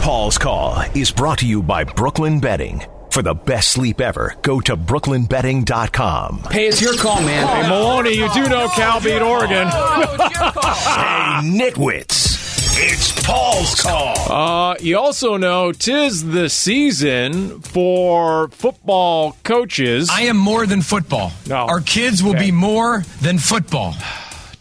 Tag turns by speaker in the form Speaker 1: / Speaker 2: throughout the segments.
Speaker 1: Paul's Call is brought to you by Brooklyn Betting. For the best sleep ever, go to brooklynbetting.com.
Speaker 2: Hey, it's your call, man.
Speaker 3: Hey, Maloney, you do know Cal beat Oregon.
Speaker 1: Hey, nitwits, it's Paul's Call.
Speaker 3: Uh, you also know tis the season for football coaches.
Speaker 4: I am more than football.
Speaker 3: No.
Speaker 4: Our kids will
Speaker 3: Okay.
Speaker 4: be more than football.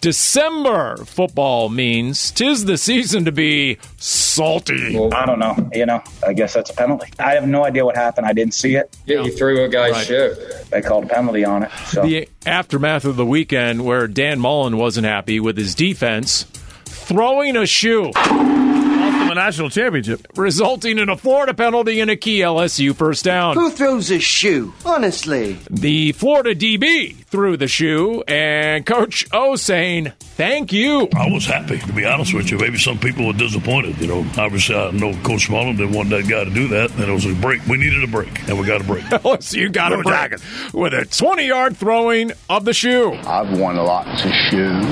Speaker 3: December football means tis the season to be salty.
Speaker 5: Well,
Speaker 6: I don't know. You know, I guess that's a penalty. I have no idea what happened. I didn't see it.
Speaker 5: yeah, you threw a guy's
Speaker 3: Oh. Right.
Speaker 5: ship.
Speaker 6: They called a penalty on it. So
Speaker 3: The aftermath of the weekend where Dan Mullen wasn't happy with his defense, throwing a shoe,
Speaker 7: the national championship.
Speaker 3: resulting in a Florida penalty and a key LSU first down.
Speaker 8: Who throws a shoe? Honestly.
Speaker 3: The Florida DB threw the shoe, and Coach O saying, Thank you.
Speaker 7: I was happy, to be honest with you. Maybe some people were disappointed. You know, obviously, I know Coach Mullen didn't want that guy to do that, and it was a break. We needed a break, and we got a break.
Speaker 3: LSU Oh, got a
Speaker 7: Go
Speaker 3: break with a 20 yard throwing of the shoe.
Speaker 9: I've won lots of shoes.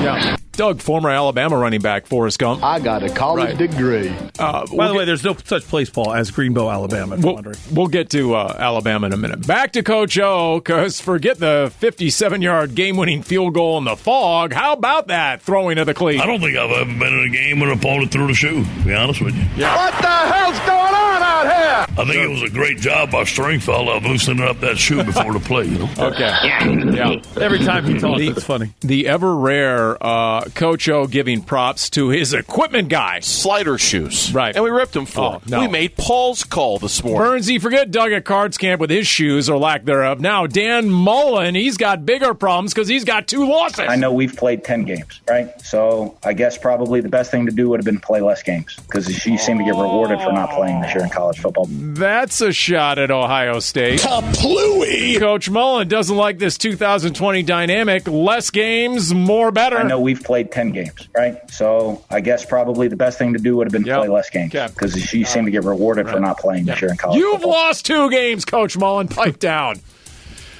Speaker 3: Doug, former Alabama running back Forrest Gump.
Speaker 9: I got a college degree.
Speaker 3: Uh,
Speaker 7: Uh, By the
Speaker 3: we'll
Speaker 7: way, there's no such place, Paul, as Greenbow, Alabama.
Speaker 3: get-
Speaker 7: If you're
Speaker 3: we'll,
Speaker 7: wondering.
Speaker 3: we'll get to uh, Alabama in a minute. Back to Coach O, because forget the 57 yard game winning field goal in the fog. How about that throwing of the cleat?
Speaker 7: I don't think I've ever been in a game when an opponent threw the shoe, to be honest with you.
Speaker 9: What the hell's going on out here?
Speaker 7: I think it was a great job by Stringfellow of loosening up that shoe before the play, you know.
Speaker 3: Okay. Yeah.
Speaker 7: Every time he talks,
Speaker 3: it's
Speaker 7: funny.
Speaker 3: The ever rare uh, Coach O giving props to his equipment guy.
Speaker 10: slider shoes.
Speaker 3: Right.
Speaker 10: And we ripped him for
Speaker 3: Oh,
Speaker 10: it.
Speaker 3: no.
Speaker 10: We made Paul's call this morning.
Speaker 3: Burnsy, forget Doug at Cards Camp with his shoes or lack thereof. Now, Dan Mullen, he's got bigger problems because he's got two losses.
Speaker 6: I know we've played 10 games, right? So I guess probably the best thing to do would have been play less games because you seem to get rewarded for not playing this year in college football.
Speaker 3: That's a shot at Ohio State. Coach Mullen doesn't like this 2020 dynamic. Less games, more better.
Speaker 6: I know we've played 10 games, right? So I guess probably the best thing to do would have been
Speaker 3: Yep.
Speaker 6: play less games
Speaker 3: Okay.
Speaker 6: because you seem to get rewarded for not playing this year in college
Speaker 3: You've
Speaker 6: football.
Speaker 3: lost two games, Coach Mullen. Pipe down.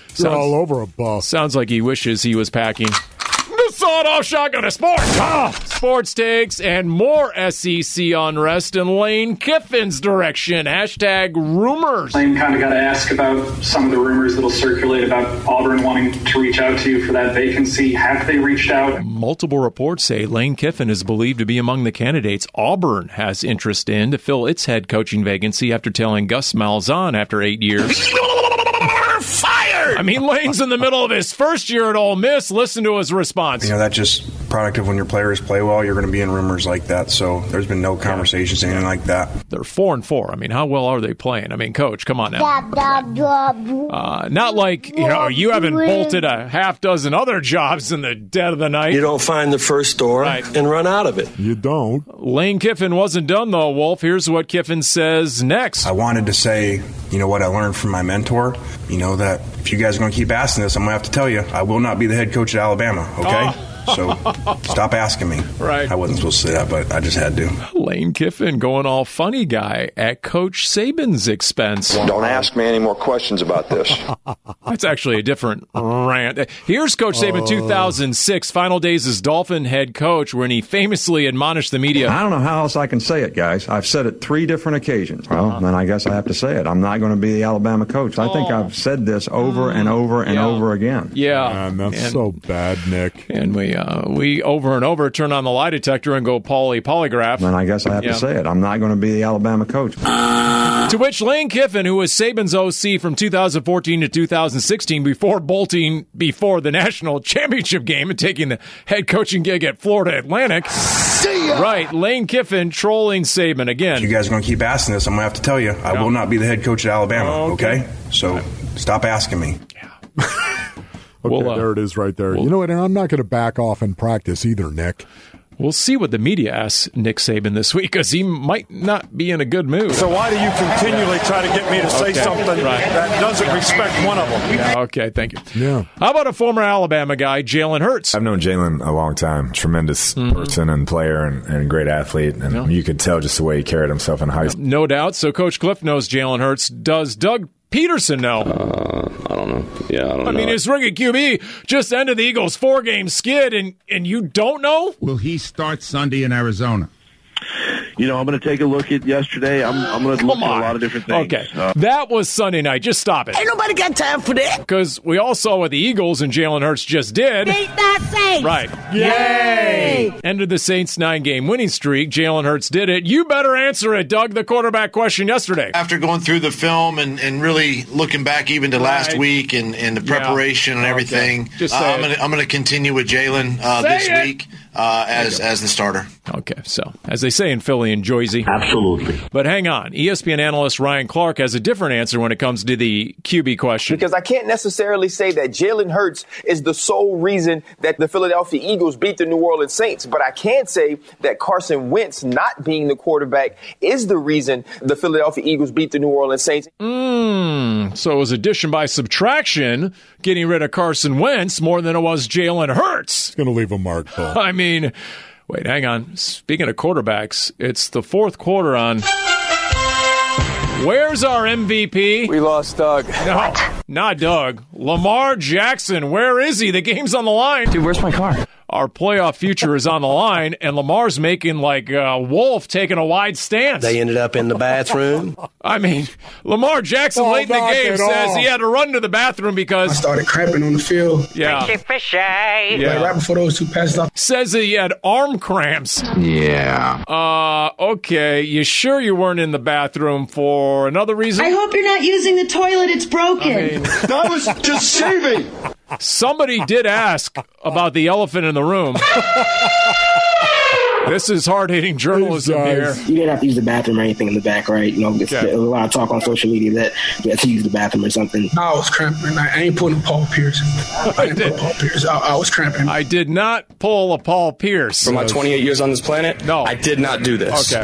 Speaker 3: Sounds, all over a bus. Sounds like he wishes he was packing the sawed-off shotgun of sports. Ah, sports takes and more E SEC unrest in Lane Kiffin's direction. Hashtag rumors.
Speaker 11: Lane kind of got to ask about some of the rumors that'll circulate about Auburn wanting to reach out to you for that vacancy. Have they reached out?
Speaker 3: Multiple reports say Lane Kiffin is believed to be among the candidates Auburn has interest in to fill its head coaching vacancy after telling Gus Malzahn after eight years.
Speaker 7: Fired!
Speaker 3: I mean, Lane's in the middle of his first year at Ole Miss. Listen to his response.
Speaker 9: You know, that's just product of when your players play well, you're going to be in rumors like that. So there's been no conversations, anything like that.
Speaker 3: They're four and four. I mean, how well are they playing? I mean, coach, come on now. Uh, not like you know you haven't bolted a half dozen other jobs in the dead of the night.
Speaker 10: don't find the first door
Speaker 3: Right.
Speaker 10: and run out of it.
Speaker 3: Lane Kiffin wasn't done though, Wolf. Here's what Kiffin says next.
Speaker 9: I wanted to say, you know, what I learned from my mentor, you know, that if you guys are going to keep asking this, I'm going to have to tell you, I will not be the head coach at Alabama,
Speaker 3: Oh.
Speaker 9: okay? So stop asking me.
Speaker 3: Right.
Speaker 9: I wasn't supposed to say that, but I just had to.
Speaker 3: Lane Kiffin going all funny guy at Coach Saban's expense.
Speaker 9: Don't ask me any more questions about this.
Speaker 3: That's actually a different rant. Here's Coach
Speaker 9: Oh.
Speaker 3: Saban, 2006, final days as Dolphin head coach, when he famously admonished the media.
Speaker 9: I don't know how else I can say it, guys. I've said it three different occasions. Well,
Speaker 3: Uh-huh.
Speaker 9: then I guess I have to say it. I'm not going to be the Alabama coach. I think I've said this over and over and over again.
Speaker 3: Oh. Mm. Yeah,
Speaker 7: that's so bad, Nick.
Speaker 3: and we uh, we over and over turn on the lie detector and go poly polygraph.
Speaker 9: Then I guess I have
Speaker 3: Yeah.
Speaker 9: to say it. I'm not going to be the Alabama coach.
Speaker 3: To which Lane Kiffin, who was Saban's OC from 2014 to 2016 before bolting before the national championship game and taking the head coaching gig at Florida Atlantic. Right, Lane Kiffin trolling Saban
Speaker 9: You
Speaker 3: again.
Speaker 9: guys are going to keep asking this. I'm going to have to tell you, I will not be the head coach at Alabama,
Speaker 3: Oh,
Speaker 9: okay? So stop asking me.
Speaker 3: We'll, uh,
Speaker 7: it is right there. You know what? And I'm not going to back off in practice either, Nick.
Speaker 3: we'll see what the media asks Nick Saban this week because he might not be in a good mood.
Speaker 7: why do you continually try to get me to say
Speaker 3: Okay. something Right.
Speaker 7: that doesn't respect one of them?
Speaker 3: Okay, thank you. Yeah. How about a former Alabama guy, Jalen Hurts? Mm-hmm.
Speaker 9: I've known Jalen a long time. Tremendous person and player and, and great athlete. And you could tell just the way he carried himself in high school.
Speaker 3: No doubt. So Coach Cliff knows Jalen Hurts. Does Doug Peterson know?
Speaker 2: Uh, I don't know. Yeah, I don't
Speaker 3: I mean, his rookie QB just ended the Eagles' four-game skid, and and you don't know?
Speaker 9: Will he start Sunday in Arizona?
Speaker 5: you know, I'm going to take a look at yesterday. I'm, I'm going to look at a lot of different things.
Speaker 3: Okay. that was Sunday night. Just stop it. Ain't nobody got time for that. Because we all saw what the Eagles and Jalen Hurts just did.
Speaker 12: that Saints!
Speaker 3: Right. Ended the Saints nine game winning streak. Jalen Hurts did it. You better answer it, Doug, the quarterback question yesterday.
Speaker 13: After going through the film and, and really looking back even to last
Speaker 3: Right.
Speaker 13: week and, and the
Speaker 3: Yeah.
Speaker 13: preparation and
Speaker 3: Okay.
Speaker 13: everything,
Speaker 3: Just
Speaker 13: uh,
Speaker 3: say
Speaker 13: I'm
Speaker 3: it.
Speaker 13: gonna I'm gonna continue with Jalen uh,
Speaker 3: Say
Speaker 13: this
Speaker 3: it.
Speaker 13: week uh, as as the starter.
Speaker 3: Okay, so as they say in Philly and Jersey, absolutely. But hang on, E ESPN analyst Ryan Clark has a different answer when it comes to the QB question.
Speaker 14: Because I can't necessarily say that Jalen Hurts is the sole reason that the Philadelphia Eagles beat the New Orleans Saints, but I can say that Carson Wentz not being the quarterback is the reason the Philadelphia Eagles beat the New Orleans Saints.
Speaker 3: Mm, so it was addition by subtraction, getting rid of Carson Wentz more than it was Jalen Hurts. It's
Speaker 15: going to leave a mark, though.
Speaker 3: I mean, wait, hang on. Speaking of quarterbacks, it's the fourth quarter on. Where's our MVP? We lost uh, Doug. No, not Doug. Lamar Jackson. Where is he? The game's on the line. Dude, where's my car? Our playoff future is on the line, and Lamar's making like a wolf taking a wide stance. They ended up in the bathroom. I mean, Lamar Jackson
Speaker 16: Oh,
Speaker 3: late in the
Speaker 16: not
Speaker 3: game
Speaker 16: at
Speaker 3: says
Speaker 16: all.
Speaker 3: he had to run to the bathroom because I started crapping on the field. Yeah. Yeah.
Speaker 16: Like, right before those two passes off.
Speaker 3: Says that he had arm cramps. Yeah. Uh, okay. You sure you weren't in the bathroom for another reason?
Speaker 17: I hope you're not using the toilet. It's broken.
Speaker 3: I was just shaving. Somebody did ask about the elephant in the room. this is hard hitting journalism here.
Speaker 18: You didn't have to use the bathroom or anything in the back, right? You know, it's, there's a lot of talk on social media that you had to use the bathroom or something.
Speaker 16: No, I was cramping. I ain't putting Paul Pierce. I didn't put Paul Pierce. I, I was cramping.
Speaker 3: I did not pull a Paul Pierce.
Speaker 16: For my 28
Speaker 10: years on this planet,
Speaker 3: no,
Speaker 10: I did not do this.
Speaker 3: Okay.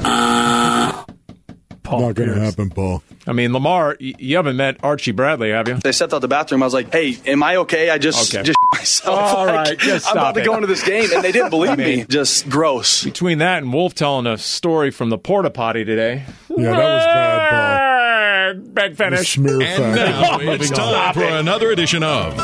Speaker 15: Not going to happen, Paul.
Speaker 3: I mean, Lamar, y- you haven't met Archie Bradley, have you?
Speaker 10: They stepped out the bathroom. I was like, "Hey, am I okay? I just
Speaker 3: Okay.
Speaker 10: just myself.
Speaker 3: All
Speaker 10: Like,
Speaker 3: right, just
Speaker 10: I'm
Speaker 3: stop
Speaker 10: about
Speaker 3: it.
Speaker 10: to go into this game, and they didn't believe me.
Speaker 3: Just gross. Between that and Wolf telling a story from the porta potty today.
Speaker 15: Yeah, that was bad, Paul.
Speaker 3: Big finish.
Speaker 15: Smear
Speaker 3: And
Speaker 15: factory.
Speaker 3: now it's time
Speaker 4: for another edition of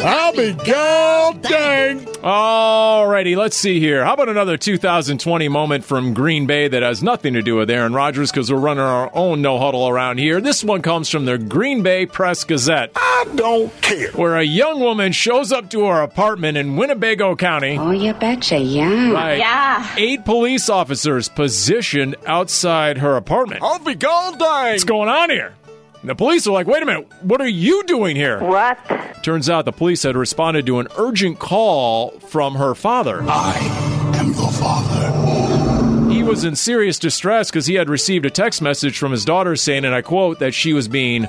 Speaker 15: I'll be god dang.
Speaker 3: Alrighty, let's see here. How about another 2020 moment from Green Bay that has nothing to do with Aaron Rodgers because we're running our own no huddle around here. This one comes from the Green Bay Press Gazette. I don't care. Where a young woman shows up to her apartment in Winnebago County.
Speaker 19: Oh, you betcha, yeah.
Speaker 3: Right. Eight police officers positioned outside her apartment. I'll be gold What's going on here? And the police are like, wait a minute, what are you doing here? What? Turns out the police had responded to an urgent call from her father. I am your father. He was in serious distress because he had received a text message from his daughter saying, and I quote, that she was being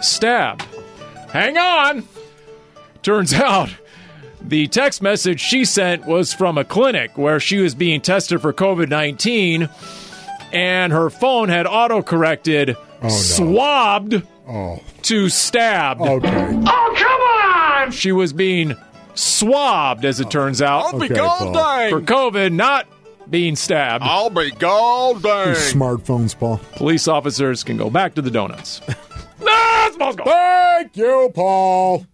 Speaker 3: stabbed. Hang on! Turns out the text message she sent was from a clinic where she was being tested for COVID 19 and her phone had autocorrected corrected swabbed to stabbed. Okay. Oh, come on! She was being swabbed, as it turns out.
Speaker 15: I'll be Okay, gone Paul. dang.
Speaker 3: For COVID, not being stabbed. I'll be gold
Speaker 15: These Smartphones, Paul.
Speaker 3: Police officers can go back to the donuts.
Speaker 15: Thank you, Paul.